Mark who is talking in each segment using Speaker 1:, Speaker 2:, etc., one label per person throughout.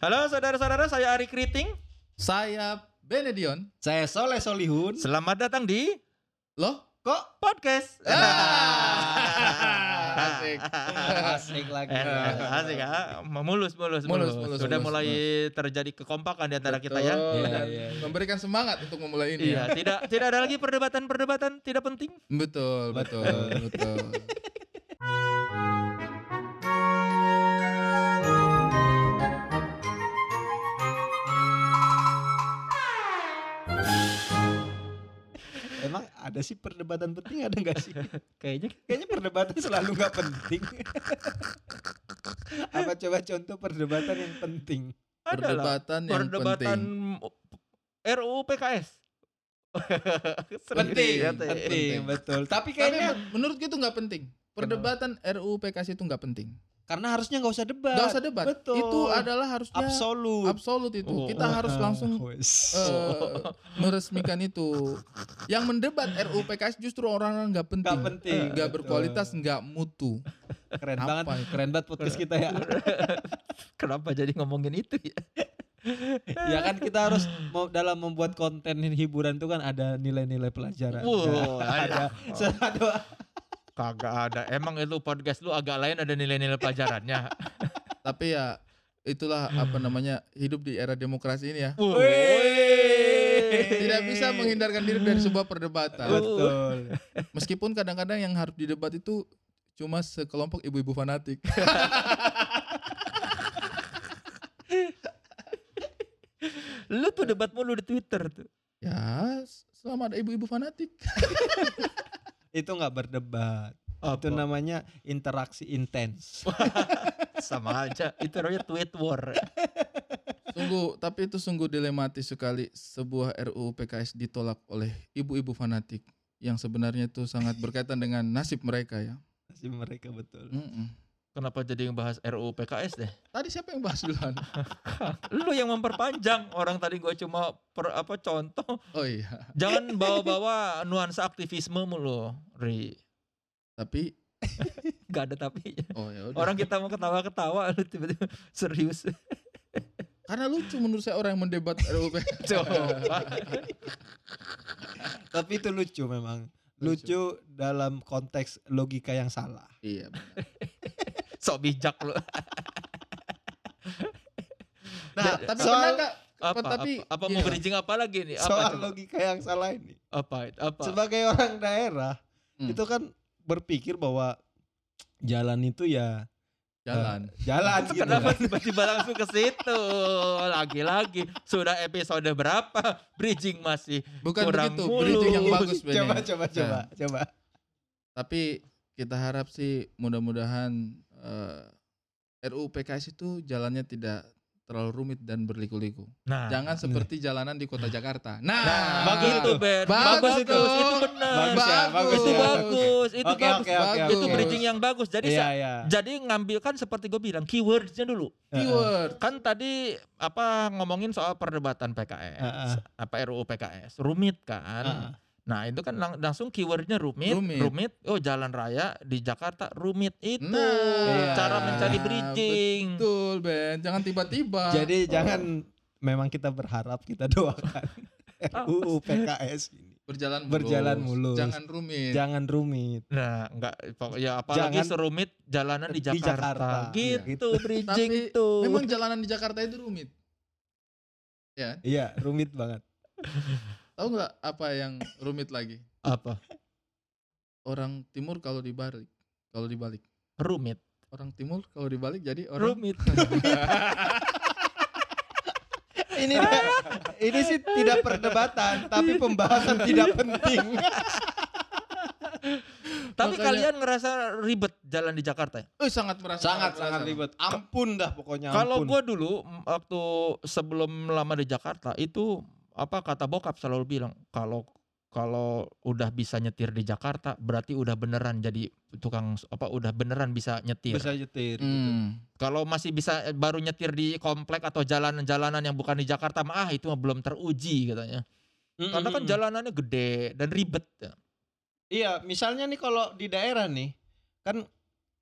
Speaker 1: Halo saudara-saudara, saya Ari Kriting.
Speaker 2: Saya Benedion.
Speaker 3: Saya Soleh Solihun.
Speaker 1: Selamat datang di
Speaker 2: Loh, kok?
Speaker 1: podcast.
Speaker 2: Ah. Asik.
Speaker 3: Asik lagi.
Speaker 1: Eh, Asik ya, mulus mulus mulus.
Speaker 2: Mulus, mulus,
Speaker 1: Sudah
Speaker 2: mulus,
Speaker 1: mulai terjadi kekompakan di antara kita ya.
Speaker 2: Betul.
Speaker 3: Iya,
Speaker 2: Dan
Speaker 3: iya, iya.
Speaker 2: Memberikan semangat untuk memulai ini.
Speaker 1: Iya,
Speaker 2: ya.
Speaker 1: tidak tidak ada lagi perdebatan-perdebatan tidak penting.
Speaker 2: Betul, betul, betul.
Speaker 3: Emang ada sih perdebatan penting ada nggak sih?
Speaker 1: Kayaknya
Speaker 3: Kayaknya perdebatan selalu nggak penting. Apa coba contoh perdebatan yang penting?
Speaker 1: ada lah.
Speaker 2: Perdebatan yang
Speaker 1: Perdebatan
Speaker 2: penting.
Speaker 1: RUU PKS.
Speaker 2: Penting,
Speaker 1: ya, teh.
Speaker 2: penting.
Speaker 3: betul.
Speaker 2: Tapi
Speaker 3: Tapi kayaknya
Speaker 2: men- menurut gue itu nggak penting. Perdebatan RUU PKS itu nggak penting.
Speaker 3: karena harusnya nggak usah debat.
Speaker 2: Gak usah debat.
Speaker 3: Betul.
Speaker 2: Itu adalah harusnya absolut,
Speaker 3: absolut. Ah,
Speaker 2: itu.
Speaker 1: Oh.
Speaker 2: Kita harus langsung
Speaker 3: Wes.
Speaker 2: eh, meresmikan itu. Yang mendebat RUU PKS justru orang-orang nggak penting.
Speaker 3: Nggak penting.
Speaker 2: Nggak
Speaker 3: Betul.
Speaker 2: berkualitas, nggak mutu.
Speaker 3: Keren
Speaker 2: apa
Speaker 3: banget.
Speaker 2: itu?
Speaker 3: Keren banget podcast kita ya.
Speaker 1: Kenapa jadi ngomongin itu ya?
Speaker 3: ya kan kita harus mau dalam membuat konten hiburan tuh kan ada nilai-nilai
Speaker 2: Nah,
Speaker 3: pelajaran. Nah,
Speaker 1: Wow,
Speaker 3: ada. Satu
Speaker 1: Kagak ada. Emang itu podcast lu agak lain ada nilai-nilai pelajarannya.
Speaker 2: Tapi ya itulah apa namanya hidup di era demokrasi ini ya.
Speaker 1: Wih.
Speaker 2: Tidak bisa menghindarkan diri dari sebuah perdebatan.
Speaker 3: Betul.
Speaker 2: Meskipun kadang-kadang yang harus didebat itu cuma sekelompok ibu-ibu fanatik.
Speaker 1: Lu tuh debat mulu di Twitter tuh.
Speaker 2: Ya, selama ada ibu-ibu fanatik.
Speaker 3: Itu nggak berdebat. Itu namanya interaksi intens.
Speaker 1: sama aja. Itu namanya tweet war.
Speaker 2: Sungguh, tapi itu sungguh dilematis sekali sebuah RUU PKS ditolak oleh ibu-ibu fanatik yang sebenarnya itu sangat berkaitan dengan nasib mereka ya.
Speaker 3: Masih mereka betul.
Speaker 2: Mm-mm.
Speaker 1: Kenapa jadi ngebahas RUU PKS deh?
Speaker 2: Tadi siapa yang bahas duluan?
Speaker 1: Lu yang memperpanjang. Orang tadi gue cuma per, apa contoh.
Speaker 2: Oh iya,
Speaker 1: Jangan bawa-bawa nuansa aktivisme mulu, Ri.
Speaker 2: tapi
Speaker 1: Gak ada tapi.
Speaker 2: oh ya udah.
Speaker 1: Orang kita mau ketawa-ketawa, lu tiba-tiba serius.
Speaker 2: Karena lucu menurut saya orang yang mendebat RUU PKS.
Speaker 1: Coba.
Speaker 3: Tapi itu lucu memang. Lucu dalam konteks logika yang salah.
Speaker 2: iya, benar.
Speaker 1: Sok bijak lu.
Speaker 2: Nah, tapi
Speaker 3: soal-
Speaker 2: pernah nggak-
Speaker 1: Apa,
Speaker 2: tapi
Speaker 1: apa, apa mau
Speaker 2: gini,
Speaker 1: bridging apa lagi nih? Apa,
Speaker 3: Soal
Speaker 1: coba?
Speaker 3: logika yang salah ini.
Speaker 1: apa, apa?
Speaker 3: Sebagai orang daerah,
Speaker 2: Hmm.
Speaker 3: itu kan berpikir bahwa jalan itu ya
Speaker 2: jalan.
Speaker 3: eh, jalan
Speaker 1: Itu
Speaker 3: gitu.
Speaker 1: Kenapa tiba-tiba langsung ke situ? Lagi-lagi sudah episode berapa? Bridging masih.
Speaker 2: Bukan
Speaker 1: kurang
Speaker 2: begitu,
Speaker 1: mulu.
Speaker 2: bridging yang bagus
Speaker 1: ya.
Speaker 2: Bene.
Speaker 3: Ah, coba coba coba coba.
Speaker 2: Tapi kita harap sih mudah-mudahan eh, RUU PKS itu jalannya tidak terlalu rumit dan berliku-liku.
Speaker 1: Nah,
Speaker 3: Ah,
Speaker 2: Jangan seperti jalanan di kota Jakarta. Nah,
Speaker 1: bagus itu, Ben.
Speaker 2: Bagus
Speaker 1: Bagus, itu,
Speaker 2: dong.
Speaker 1: itu benar.
Speaker 3: Bagus ya, bagus
Speaker 1: Itu
Speaker 3: ya.
Speaker 1: bagus, itu
Speaker 3: Oke,
Speaker 1: bagus.
Speaker 3: oke, oke,
Speaker 2: bagus.
Speaker 1: Itu
Speaker 3: oke.
Speaker 1: bridging yang bagus. Jadi
Speaker 3: Iya,
Speaker 1: sa-
Speaker 3: iya.
Speaker 1: jadi ngambil kan seperti gue bilang keywordsnya dulu.
Speaker 2: Keyword.
Speaker 1: Kan tadi apa ngomongin soal perdebatan PKS,
Speaker 3: Heeh.
Speaker 1: apa RUU PKS, rumit kan?
Speaker 3: Heeh.
Speaker 1: Nah itu kan lang- langsung keywordnya rumit, rumit,
Speaker 2: Rumit.
Speaker 1: Oh jalan raya di Jakarta rumit itu
Speaker 2: Nah,
Speaker 1: cara mencari
Speaker 2: iya,
Speaker 1: bridging.
Speaker 2: Betul, Ben. Jangan tiba-tiba.
Speaker 3: Jadi jangan memang kita berharap kita doakan RUU PKS ini
Speaker 2: berjalan mulus.
Speaker 3: berjalan mulus.
Speaker 2: Jangan rumit.
Speaker 3: jangan rumit.
Speaker 1: Nah enggak pokok- ya apalagi
Speaker 3: Jangan-
Speaker 1: serumit jalanan di
Speaker 3: di
Speaker 1: Jakarta.
Speaker 3: Jakarta.
Speaker 1: Gitu,
Speaker 3: Iya. Gitu.
Speaker 1: bridging
Speaker 2: Tapi
Speaker 1: tuh.
Speaker 2: Memang jalanan di Jakarta itu rumit. Ya,
Speaker 3: Iya, rumit banget.
Speaker 2: tahu nggak apa yang rumit lagi?
Speaker 1: apa?
Speaker 2: Orang timur kalau dibalik, kalau dibalik.
Speaker 1: Rumit.
Speaker 2: Orang timur kalau dibalik jadi orang
Speaker 1: Rumit.
Speaker 3: Ini ini sih tidak perdebatan, tapi pembahasan tidak penting.
Speaker 1: Tapi
Speaker 2: Makanya-
Speaker 1: kalian ngerasa ribet jalan di Jakarta ya?
Speaker 2: Eh, sangat merasa
Speaker 3: Sangat
Speaker 2: merasa.
Speaker 3: sangat ribet. Ampun dah pokoknya
Speaker 1: Kalau
Speaker 3: Ya ampun.
Speaker 1: gue dulu m- waktu sebelum lama di Jakarta itu apa kata bokap selalu bilang kalau kalau udah bisa nyetir di Jakarta berarti udah beneran jadi tukang s- apa udah beneran bisa nyetir.
Speaker 3: bisa nyetir gitu.
Speaker 2: Hmm.
Speaker 1: Kalau masih bisa eh, baru nyetir di komplek atau jalan-jalanan yang bukan di Jakarta mah ah, itu mah belum teruji katanya. Karena kan
Speaker 3: Mm-mm.
Speaker 1: jalanannya gede dan ribet.
Speaker 3: mm,
Speaker 1: ya.
Speaker 3: Iya, misalnya nih kalau di daerah nih, kan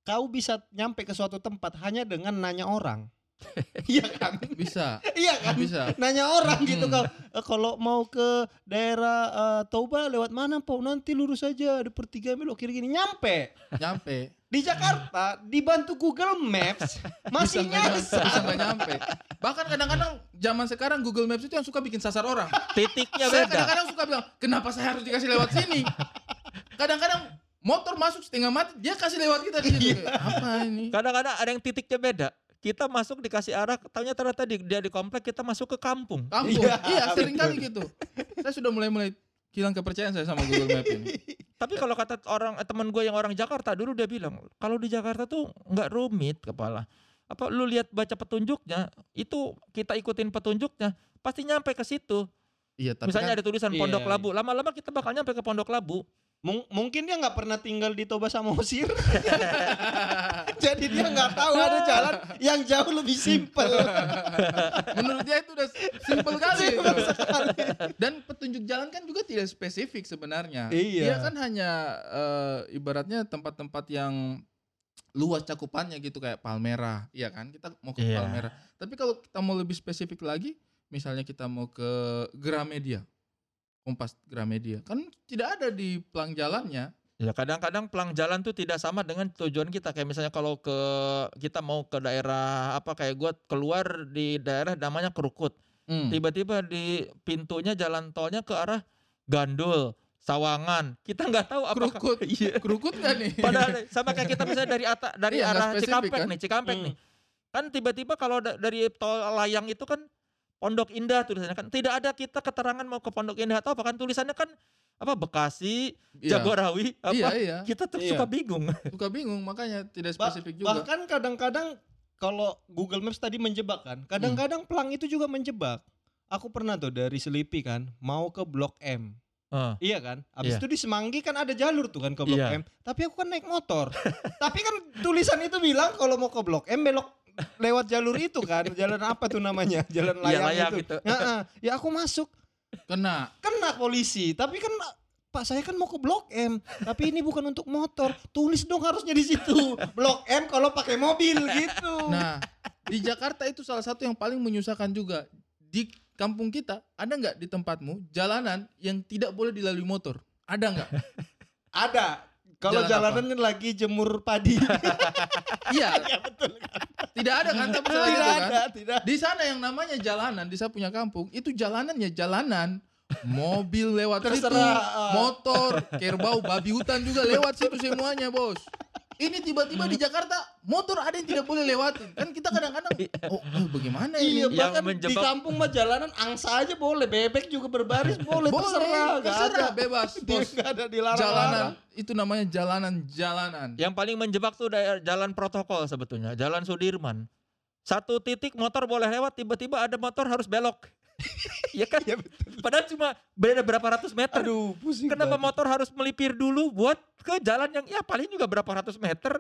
Speaker 3: kau bisa nyampe ke suatu tempat hanya dengan nanya orang. Iya kan?
Speaker 2: Bisa,
Speaker 3: Iya kan?
Speaker 2: bisa.
Speaker 3: Nanya orang gitu
Speaker 2: Hmm.
Speaker 3: kalau "Eh, kalau mau ke daerah eh, Toba lewat mana Pak? Nanti lurus aja ada pertigaan belok kiri gini nyampe.
Speaker 2: Nyampe.
Speaker 3: Di Jakarta dibantu Google Maps
Speaker 2: Bisa
Speaker 3: masih
Speaker 2: nggak nyampe, bisa
Speaker 3: nyasar.
Speaker 2: nggak nyampe. Bahkan kadang-kadang zaman sekarang Google Maps itu yang suka bikin sasar orang.
Speaker 3: Iya,
Speaker 1: Titiknya
Speaker 2: saya
Speaker 1: beda.
Speaker 2: kadang-kadang suka bilang, kenapa saya harus dikasih lewat sini? Kadang-kadang motor masuk setengah mati, dia kasih lewat kita di situ.
Speaker 3: Iya.
Speaker 2: Apa ini?
Speaker 1: Kadang-kadang ada yang titiknya beda. Kita masuk dikasih arah, taunya ternyata di, dia di komplek kita masuk ke kampung.
Speaker 2: Kampung.
Speaker 3: Iya,
Speaker 2: iya, sering kali gitu. Saya sudah mulai-mulai hilang kepercayaan saya sama Google Maps ini.
Speaker 1: Tapi
Speaker 2: Iya.
Speaker 1: kalau kata orang eh, teman gue yang orang Jakarta dulu dia bilang kalau di Jakarta tuh nggak rumit kepala. Apa lu lihat baca petunjuknya itu kita ikutin petunjuknya pasti nyampe ke situ.
Speaker 2: Iya, tapi
Speaker 1: Misalnya
Speaker 2: kan
Speaker 1: ada tulisan
Speaker 3: Iya,
Speaker 1: Pondok
Speaker 3: iya.
Speaker 1: Labu, lama-lama kita bakal nyampe ke Pondok Labu.
Speaker 3: Mung- mungkin dia nggak pernah tinggal di Toba Samosir. Jadi dia nggak tahu ada
Speaker 1: Iya.
Speaker 3: jalan yang jauh lebih simpel.
Speaker 2: menurut dia itu udah simpel kali. itu.
Speaker 3: Simpel sekali.
Speaker 1: Iya.
Speaker 2: Dan petunjuk jalan kan juga tidak spesifik sebenarnya.
Speaker 3: Iya.
Speaker 2: Dia kan hanya eh, ibaratnya tempat-tempat yang luas cakupannya gitu kayak Palmera, iya kan? Kita mau ke
Speaker 1: Iya.
Speaker 2: Palmera. Tapi kalau kita mau lebih spesifik lagi, misalnya kita mau ke Gramedia. Kompas Gramedia. Kan tidak ada di pelang jalannya.
Speaker 1: Ya kadang-kadang pelang jalan tuh tidak sama dengan tujuan kita. Kayak misalnya kalau ke kita mau ke daerah apa kayak gue keluar di daerah namanya Kerukut.
Speaker 2: Hmm.
Speaker 1: Tiba-tiba di pintunya jalan tolnya ke arah Gandul, Sawangan. Kita nggak tahu apa
Speaker 2: Kerukut.
Speaker 1: Iya.
Speaker 2: Kerukut nggak nih?
Speaker 1: Padahal sama kayak kita misalnya dari atas dari
Speaker 2: Iya, nggak
Speaker 1: arah
Speaker 2: spesifik,
Speaker 1: Cikampek
Speaker 2: kan?
Speaker 1: nih, Cikampek
Speaker 3: Hmm.
Speaker 1: nih. Kan tiba-tiba kalau da- dari tol layang itu kan Pondok Indah tulisannya kan. Tidak ada kita keterangan mau ke Pondok Indah atau apa kan tulisannya kan apa Bekasi,
Speaker 2: Iya.
Speaker 1: Jagorawi apa.
Speaker 2: Iya, iya.
Speaker 1: Kita tuh
Speaker 3: Iya.
Speaker 1: suka bingung.
Speaker 2: Suka bingung makanya tidak
Speaker 3: Ba-
Speaker 2: spesifik juga.
Speaker 3: Bahkan kadang-kadang kalau Google Maps tadi menjebak
Speaker 1: Hmm.
Speaker 3: kan, kadang-kadang pelang itu juga menjebak. Aku pernah tuh dari Selipi kan, mau ke Blok M.
Speaker 2: Ah.
Speaker 1: Heeh.
Speaker 3: Iya kan? Habis
Speaker 1: Iya.
Speaker 3: itu di Semanggi kan ada jalur tuh kan ke Blok
Speaker 1: Iya.
Speaker 3: M. Tapi aku kan naik motor. Tapi kan tulisan itu bilang kalau mau ke Blok M belok lewat jalur itu kan. Jalan apa tuh namanya? Jalan
Speaker 1: Iya,
Speaker 3: layang,
Speaker 1: layang
Speaker 3: itu.
Speaker 1: itu.
Speaker 3: Heeh. Ya aku masuk
Speaker 2: Kena.
Speaker 3: kena polisi. Tapi kan Pak saya kan mau ke Blok M, tapi ini bukan untuk motor. Tulis dong harusnya di situ. Blok M kalau pakai mobil gitu.
Speaker 2: Nah, di Jakarta itu salah satu yang paling menyusahkan juga. Di kampung kita, ada nggak di tempatmu jalanan yang tidak boleh dilalui motor? Ada nggak?
Speaker 3: Ada.
Speaker 2: Jalan
Speaker 3: Kalau
Speaker 2: apa?
Speaker 3: jalanan kan lagi jemur padi.
Speaker 2: Iya,
Speaker 3: ya betul.
Speaker 2: tidak ada kan? Tapi salah
Speaker 3: Tidak
Speaker 2: gitu kan?
Speaker 3: ada, tidak.
Speaker 2: Di sana yang namanya jalanan, di saya punya kampung, itu jalanannya jalanan. Mobil lewat situ,
Speaker 3: Terserah, ah.
Speaker 2: motor, kerbau, babi hutan juga lewat situ semuanya, Bos. Ini tiba-tiba di Jakarta motor ada yang tidak boleh lewatin. Kan kita kadang-kadang oh, oh, bagaimana ini?
Speaker 3: Iya,
Speaker 1: Yang
Speaker 3: bahkan di
Speaker 1: menjebak-
Speaker 3: kampung mah jalanan angsa aja boleh, bebek juga berbaris boleh,
Speaker 2: Boleh,
Speaker 3: terserah, nggak
Speaker 2: terserah,
Speaker 3: ada.
Speaker 2: bebas,
Speaker 3: Dia
Speaker 2: bos.
Speaker 3: nggak ada dilarang.
Speaker 2: jalanan itu namanya jalanan jalanan
Speaker 1: Yang paling menjebak tuh daer- jalan protokol sebetulnya, jalan Sudirman. Satu titik motor boleh lewat, tiba-tiba ada motor harus belok. ya kan?
Speaker 2: Iya,
Speaker 3: Ya betul.
Speaker 1: Padahal cuma beda berapa ratus meter.
Speaker 3: Aduh, pusing.
Speaker 1: Kenapa
Speaker 3: banget.
Speaker 1: motor harus melipir dulu buat ke jalan yang ya paling juga berapa ratus meter?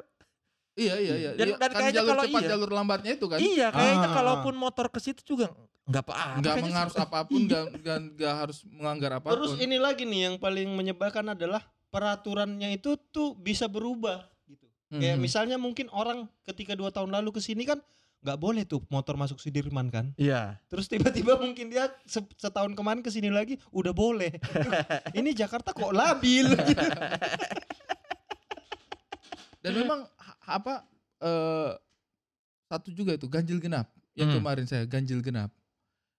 Speaker 2: iya iya iya
Speaker 1: Dan-
Speaker 2: Iya,
Speaker 1: dan
Speaker 2: kan
Speaker 1: kayaknya
Speaker 2: jalur
Speaker 1: kalau
Speaker 2: cepat
Speaker 1: iya-
Speaker 2: jalur lambatnya itu kan
Speaker 1: Iya, kayaknya
Speaker 3: Ah.
Speaker 1: kalaupun motor ke situ juga nggak apa-apa.
Speaker 2: nggak
Speaker 1: Kayaknya
Speaker 2: mengharus
Speaker 1: sih-
Speaker 2: apapun nggak nggak nggak harus menganggar apapun
Speaker 3: Terus ini lagi nih yang paling menyebalkan adalah peraturannya itu tuh bisa berubah gitu. Kayak
Speaker 2: Mhm.
Speaker 3: misalnya mungkin orang ketika dua tahun lalu ke sini kan nggak boleh tuh motor masuk Sudirman kan.
Speaker 1: Iya.
Speaker 3: Terus tiba-tiba mungkin dia se- setahun kemarin ke sini lagi udah boleh. Ini Jakarta kok labil. gitu.
Speaker 2: dan memang ha- apa eh, satu juga itu ganjil genap yang
Speaker 1: Hmm.
Speaker 2: kemarin saya ganjil genap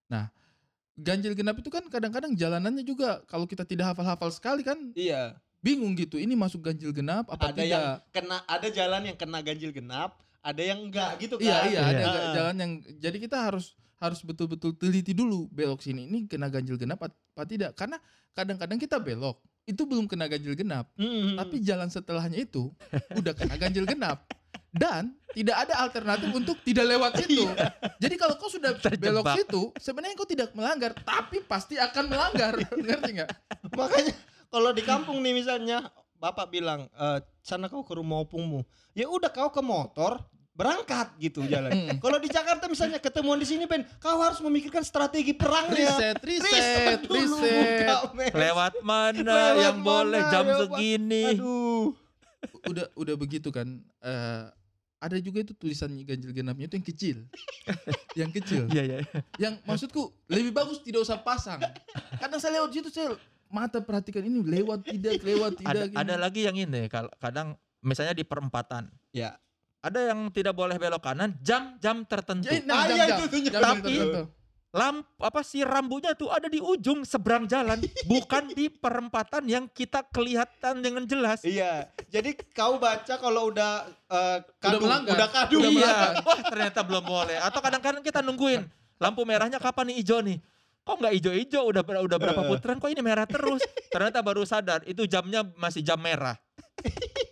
Speaker 2: nah ganjil genap itu kan kadang-kadang jalanannya juga kalau kita tidak hafal-hafal sekali kan
Speaker 3: iya.
Speaker 2: bingung gitu ini masuk ganjil genap apa
Speaker 3: Ada
Speaker 2: tidak
Speaker 3: yang kena ada jalan yang kena ganjil genap, ada yang enggak gitu kan.
Speaker 2: Iya iya ada
Speaker 1: Iya.
Speaker 2: nggak jalan yang jadi kita harus harus betul-betul teliti dulu belok sini ini kena ganjil genap at- apa tidak karena kadang-kadang kita belok itu belum kena ganjil genap
Speaker 1: Hmm.
Speaker 3: Mm-mm.
Speaker 2: tapi jalan setelahnya itu udah kena ganjil genap dan tidak ada alternatif untuk tidak lewat situ. Jadi kalau kau sudah belok
Speaker 1: Iya. Terjebak.
Speaker 2: situ, sebenarnya kau tidak melanggar, tapi pasti akan melanggar. Ngerti nggak?
Speaker 3: Makanya kalau di kampung nih misalnya bapak bilang e, sana kau ke rumah opungmu. Ya udah kau ke motor berangkat gitu
Speaker 2: Hmm.
Speaker 1: Iya.
Speaker 3: jalan. kalau di Jakarta misalnya ketemuan di sini Ben, kau harus memikirkan strategi
Speaker 2: Riset,
Speaker 3: perangnya.
Speaker 2: riset,
Speaker 3: dulu,
Speaker 2: riset.
Speaker 3: buka Maps.
Speaker 1: Lewat mana
Speaker 3: Lewat
Speaker 1: yang boleh
Speaker 3: mana,
Speaker 1: jam
Speaker 3: ya, Pak.
Speaker 1: segini?
Speaker 3: Aduh.
Speaker 2: udah udah begitu kan eh ada juga itu tulisan ganjil genapnya itu yang kecil. yang kecil.
Speaker 1: Iya iya.
Speaker 2: Yang maksudku lebih bagus tidak usah pasang. Kadang saya lewat situ saya mata perhatikan ini lewat tidak
Speaker 1: Ada
Speaker 2: lewat tidak. gini.
Speaker 1: ada lagi yang ini kal- kadang misalnya di perempatan.
Speaker 3: Ya.
Speaker 1: Ada yang tidak boleh belok kanan jam-jam tertentu.
Speaker 2: Jadi, nah,
Speaker 3: Ah,
Speaker 2: jam,
Speaker 3: iya,
Speaker 2: jam,
Speaker 3: itu tunjuk.
Speaker 2: jam, jam
Speaker 1: Tapi-
Speaker 2: tertentu.
Speaker 1: Lamp apa sih rambunya tuh ada di ujung seberang jalan, bukan di perempatan yang kita kelihatan dengan jelas.
Speaker 3: Iya. Jadi kau baca kalau udah eh, kadung, udah,
Speaker 2: melanggar.
Speaker 3: kadung.
Speaker 2: Udah
Speaker 1: iya.
Speaker 2: melanggar.
Speaker 1: Wah ternyata belum boleh. Atau kadang-kadang kita nungguin lampu merahnya kapan nih hijau nih. Kok nggak hijau-hijau udah ber- udah berapa
Speaker 3: Eh.
Speaker 1: putaran kok ini merah terus. Ternyata baru sadar itu jamnya masih jam merah.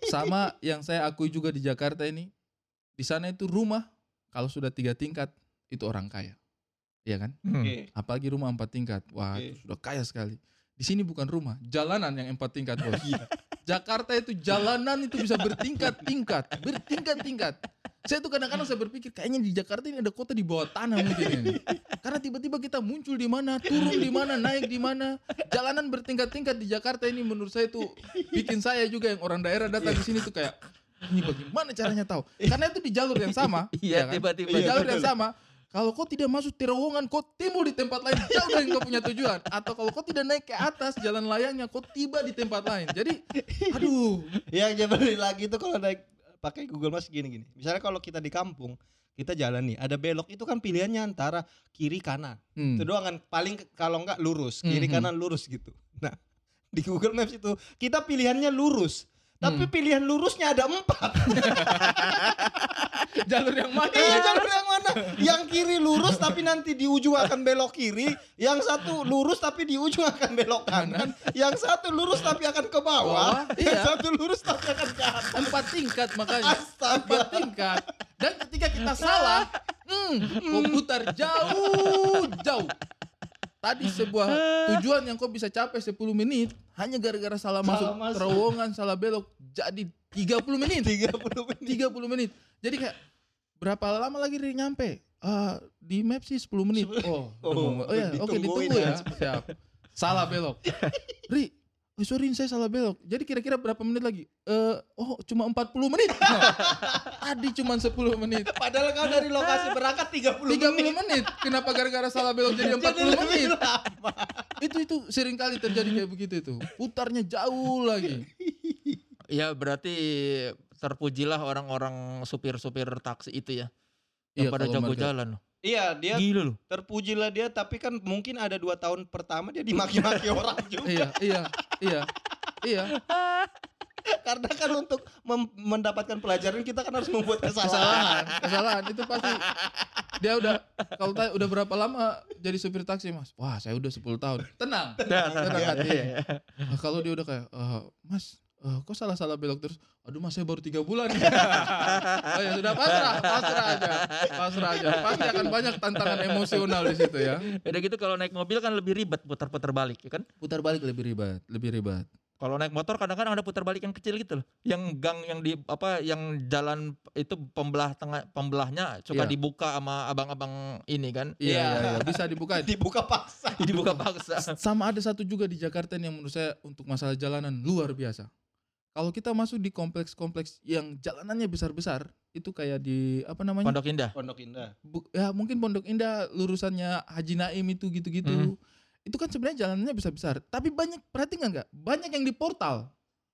Speaker 2: sama yang saya akui juga di Jakarta ini di sana itu rumah kalau sudah tiga tingkat itu orang kaya Iya kan
Speaker 1: Hmm.
Speaker 3: Oke.
Speaker 2: apalagi rumah empat tingkat wah
Speaker 3: Oke.
Speaker 2: itu sudah kaya sekali di sini bukan rumah jalanan yang empat tingkat bos
Speaker 3: Iya.
Speaker 2: Jakarta itu jalanan itu bisa bertingkat-tingkat bertingkat-tingkat saya tuh kadang-kadang saya berpikir kayaknya di Jakarta ini ada kota di bawah tanah mungkin ini. Karena tiba-tiba kita muncul di mana, turun di mana, naik di mana. Jalanan bertingkat-tingkat di Jakarta ini menurut saya tuh bikin saya juga yang orang daerah datang di sini tuh kayak ini bagaimana caranya tahu? Karena itu di jalur yang sama. ya
Speaker 1: Iya
Speaker 2: kan?
Speaker 1: tiba-tiba.
Speaker 2: di
Speaker 3: Iya,
Speaker 2: jalur
Speaker 3: betul.
Speaker 2: yang sama. Kalau kau tidak masuk terowongan, kau timbul di tempat lain jauh dari kau punya tujuan. Atau kalau kau tidak naik ke atas jalan layangnya, kau tiba di tempat lain. Jadi, aduh,
Speaker 3: Iya, Yang jabarin lagi itu kalau naik pakai Google Maps gini-gini. Misalnya kalau kita di kampung, kita jalan nih, ada belok itu kan pilihannya antara kiri kanan.
Speaker 2: Hmm.
Speaker 3: Itu doang kan paling ke- kalau enggak lurus,
Speaker 2: Mhm.
Speaker 3: kiri kanan lurus gitu. Nah, di Google Maps itu kita pilihannya lurus.
Speaker 2: Hmm.
Speaker 3: Tapi pilihan lurusnya ada empat.
Speaker 2: jalur yang mana?
Speaker 3: Iya, jalur yang mana? Yang kiri lurus tapi nanti di ujung akan belok kiri. Yang satu lurus tapi di ujung akan belok kanan. Yang satu lurus tapi akan ke bawah.
Speaker 2: Bawah,
Speaker 3: Yang
Speaker 2: iya.
Speaker 3: satu lurus tapi akan ke atas.
Speaker 2: empat tingkat
Speaker 3: Iya.
Speaker 2: makanya empat
Speaker 3: Astaga.
Speaker 2: tingkat dan ketika kita salah hmm, komputer jauh jauh tadi sebuah tujuan yang kau bisa capai 10 menit hanya gara-gara salah,
Speaker 3: Salah
Speaker 2: masuk
Speaker 3: masuk.
Speaker 2: terowongan salah belok jadi 30 menit
Speaker 3: 30 menit.
Speaker 2: 30 menit jadi kayak berapa lama lagi dia nyampe Eh, di map sih 10 menit oh udah
Speaker 3: Oh,
Speaker 2: mau- oh, ya oke
Speaker 3: ditungguin
Speaker 2: ditunggu ya
Speaker 3: ya.
Speaker 2: siap salah belok Ri oh, sorry saya salah belok jadi kira-kira berapa menit lagi Eh, oh cuma 40 menit Nah, tadi cuma 10 menit 30
Speaker 3: Padahal kau dari lokasi berangkat 30 menit.
Speaker 2: menit kenapa gara-gara salah belok jadi 40
Speaker 3: Jadi lebih
Speaker 2: menit
Speaker 3: lama.
Speaker 2: itu itu sering kali terjadi kayak begitu itu putarnya jauh lagi
Speaker 1: Ya berarti terpujilah orang-orang supir-supir taksi itu ya. Yang
Speaker 2: Iya,
Speaker 1: pada
Speaker 2: kalau
Speaker 1: jago
Speaker 2: mereka-
Speaker 1: jalan. loh.
Speaker 3: Iya, dia
Speaker 1: Gila loh.
Speaker 3: terpujilah dia tapi kan mungkin ada dua tahun pertama dia dimaki-maki orang juga.
Speaker 2: iya iya iya iya
Speaker 3: Karena kan untuk mem- mendapatkan pelajaran kita kan harus membuat kesalahan.
Speaker 2: kesalahan kesalahan itu pasti dia udah kalau tanya udah berapa lama jadi supir taksi mas wah saya udah 10 tahun tenang
Speaker 1: Nah, nah,
Speaker 2: tenang
Speaker 1: iya,
Speaker 2: hati.
Speaker 1: iya, iya.
Speaker 2: Nah, kalau dia udah kayak "Eh, mas eh, kok salah salah belok terus aduh mas saya baru tiga bulan oh ya sudah pasrah pasrah aja pasrah aja pasti akan banyak tantangan emosional di situ ya
Speaker 1: Udah gitu kalau naik mobil kan lebih ribet putar-putar balik ya kan.
Speaker 2: putar balik lebih ribet lebih ribet
Speaker 1: Kalau naik motor kadang-kadang ada putar balik yang kecil gitu loh. Yang gang yang di apa yang jalan itu pembelah tengah pembelahnya suka
Speaker 2: Iya.
Speaker 1: dibuka sama abang-abang ini kan.
Speaker 2: iya
Speaker 3: Iya.
Speaker 2: iya iya. bisa dibuka
Speaker 3: Dibuka paksa.
Speaker 1: Dibuka paksa.
Speaker 2: sama ada satu juga di Jakarta ini yang menurut saya untuk masalah jalanan luar biasa. Kalau kita masuk di kompleks-kompleks yang jalanannya besar-besar, itu kayak di apa namanya?
Speaker 1: Pondok Indah.
Speaker 3: Pondok Indah.
Speaker 2: Bu- ya mungkin Pondok Indah lurusannya Haji Naim itu gitu-gitu.
Speaker 1: Mm-hmm.
Speaker 2: Itu kan sebenarnya jalanannya besar-besar, tapi banyak perhatikan nggak? Banyak yang di portal.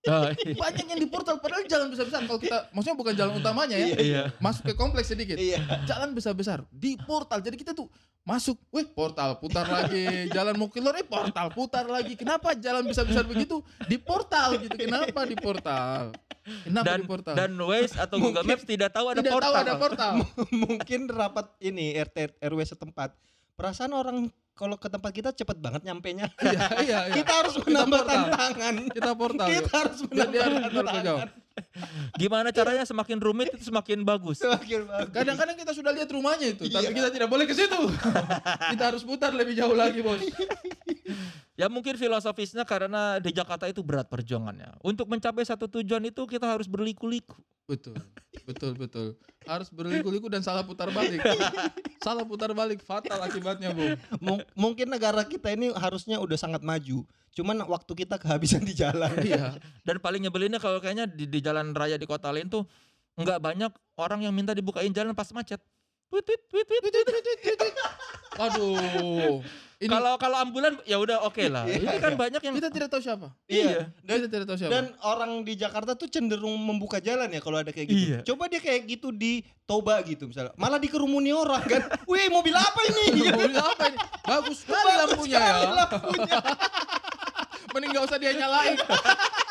Speaker 1: Oh, iya.
Speaker 2: Banyak yang di portal padahal jalan besar-besar. Kalau kita maksudnya bukan jalan utamanya ya.
Speaker 1: Iya.
Speaker 2: Masuk ke kompleks sedikit
Speaker 3: Iya.
Speaker 2: jalan besar-besar di portal. Jadi kita tuh masuk, weh portal putar lagi, jalan mau keluar, eh portal putar lagi. Kenapa jalan besar-besar begitu di portal gitu? Kenapa di portal? Kenapa
Speaker 1: Dan
Speaker 2: di portal?
Speaker 1: dan Waze atau Google
Speaker 3: Mungkin
Speaker 1: Maps tidak tahu ada
Speaker 2: Tidak
Speaker 1: portal.
Speaker 2: tahu ada portal.
Speaker 3: mungkin rapat ini RT RW setempat perasaan orang kalau ke tempat kita cepat banget nyampe nya
Speaker 2: iya, iya, iya.
Speaker 3: kita harus menambah
Speaker 2: portal.
Speaker 3: tantangan
Speaker 2: Kita portal.
Speaker 3: kita harus
Speaker 2: Biar dia
Speaker 3: menambah
Speaker 2: portal jauh.
Speaker 3: tantangan
Speaker 1: Gimana
Speaker 2: Iya.
Speaker 1: caranya semakin rumit itu semakin bagus.
Speaker 3: Semakin bagus.
Speaker 2: Kadang-kadang kita sudah lihat rumahnya itu, tapi
Speaker 3: Iya.
Speaker 2: kita tidak boleh ke situ. kita harus putar lebih jauh lagi, Bos.
Speaker 1: Ya mungkin filosofisnya karena di Jakarta itu berat perjuangannya. Untuk mencapai satu tujuan itu kita harus berliku-liku.
Speaker 2: Betul. Betul, betul. Harus berliku-liku dan salah putar balik. salah putar balik fatal akibatnya, Bu.
Speaker 3: Mung- mungkin negara kita ini harusnya udah sangat maju cuman waktu kita kehabisan di jalan
Speaker 2: Iya.
Speaker 1: Dan paling nyebelinnya kalau kayaknya di, di jalan raya di kota lain tuh nggak banyak orang yang minta dibukain jalan pas macet. Tweet, tweet, tweet, tweet, tweet, tweet, tweet, tweet.
Speaker 2: Aduh. Ini
Speaker 1: Kalau kalau ambulan ya udah oke lah. Ini kan banyak yang
Speaker 2: kita tidak tahu siapa.
Speaker 1: Iya.
Speaker 3: Dan
Speaker 2: kita tidak tahu siapa.
Speaker 3: dan orang di Jakarta tuh cenderung membuka jalan ya kalau ada kayak gitu.
Speaker 1: Iya.
Speaker 3: Coba dia kayak gitu di Toba gitu misalnya. Malah dikerumuni orang kan. Wih, mobil apa ini?
Speaker 2: Mobil apa ini? iya. Bagus sekali
Speaker 3: Bagus
Speaker 2: lampunya ya.
Speaker 3: sekali lampunya.
Speaker 2: Mending gak usah dia nyalain.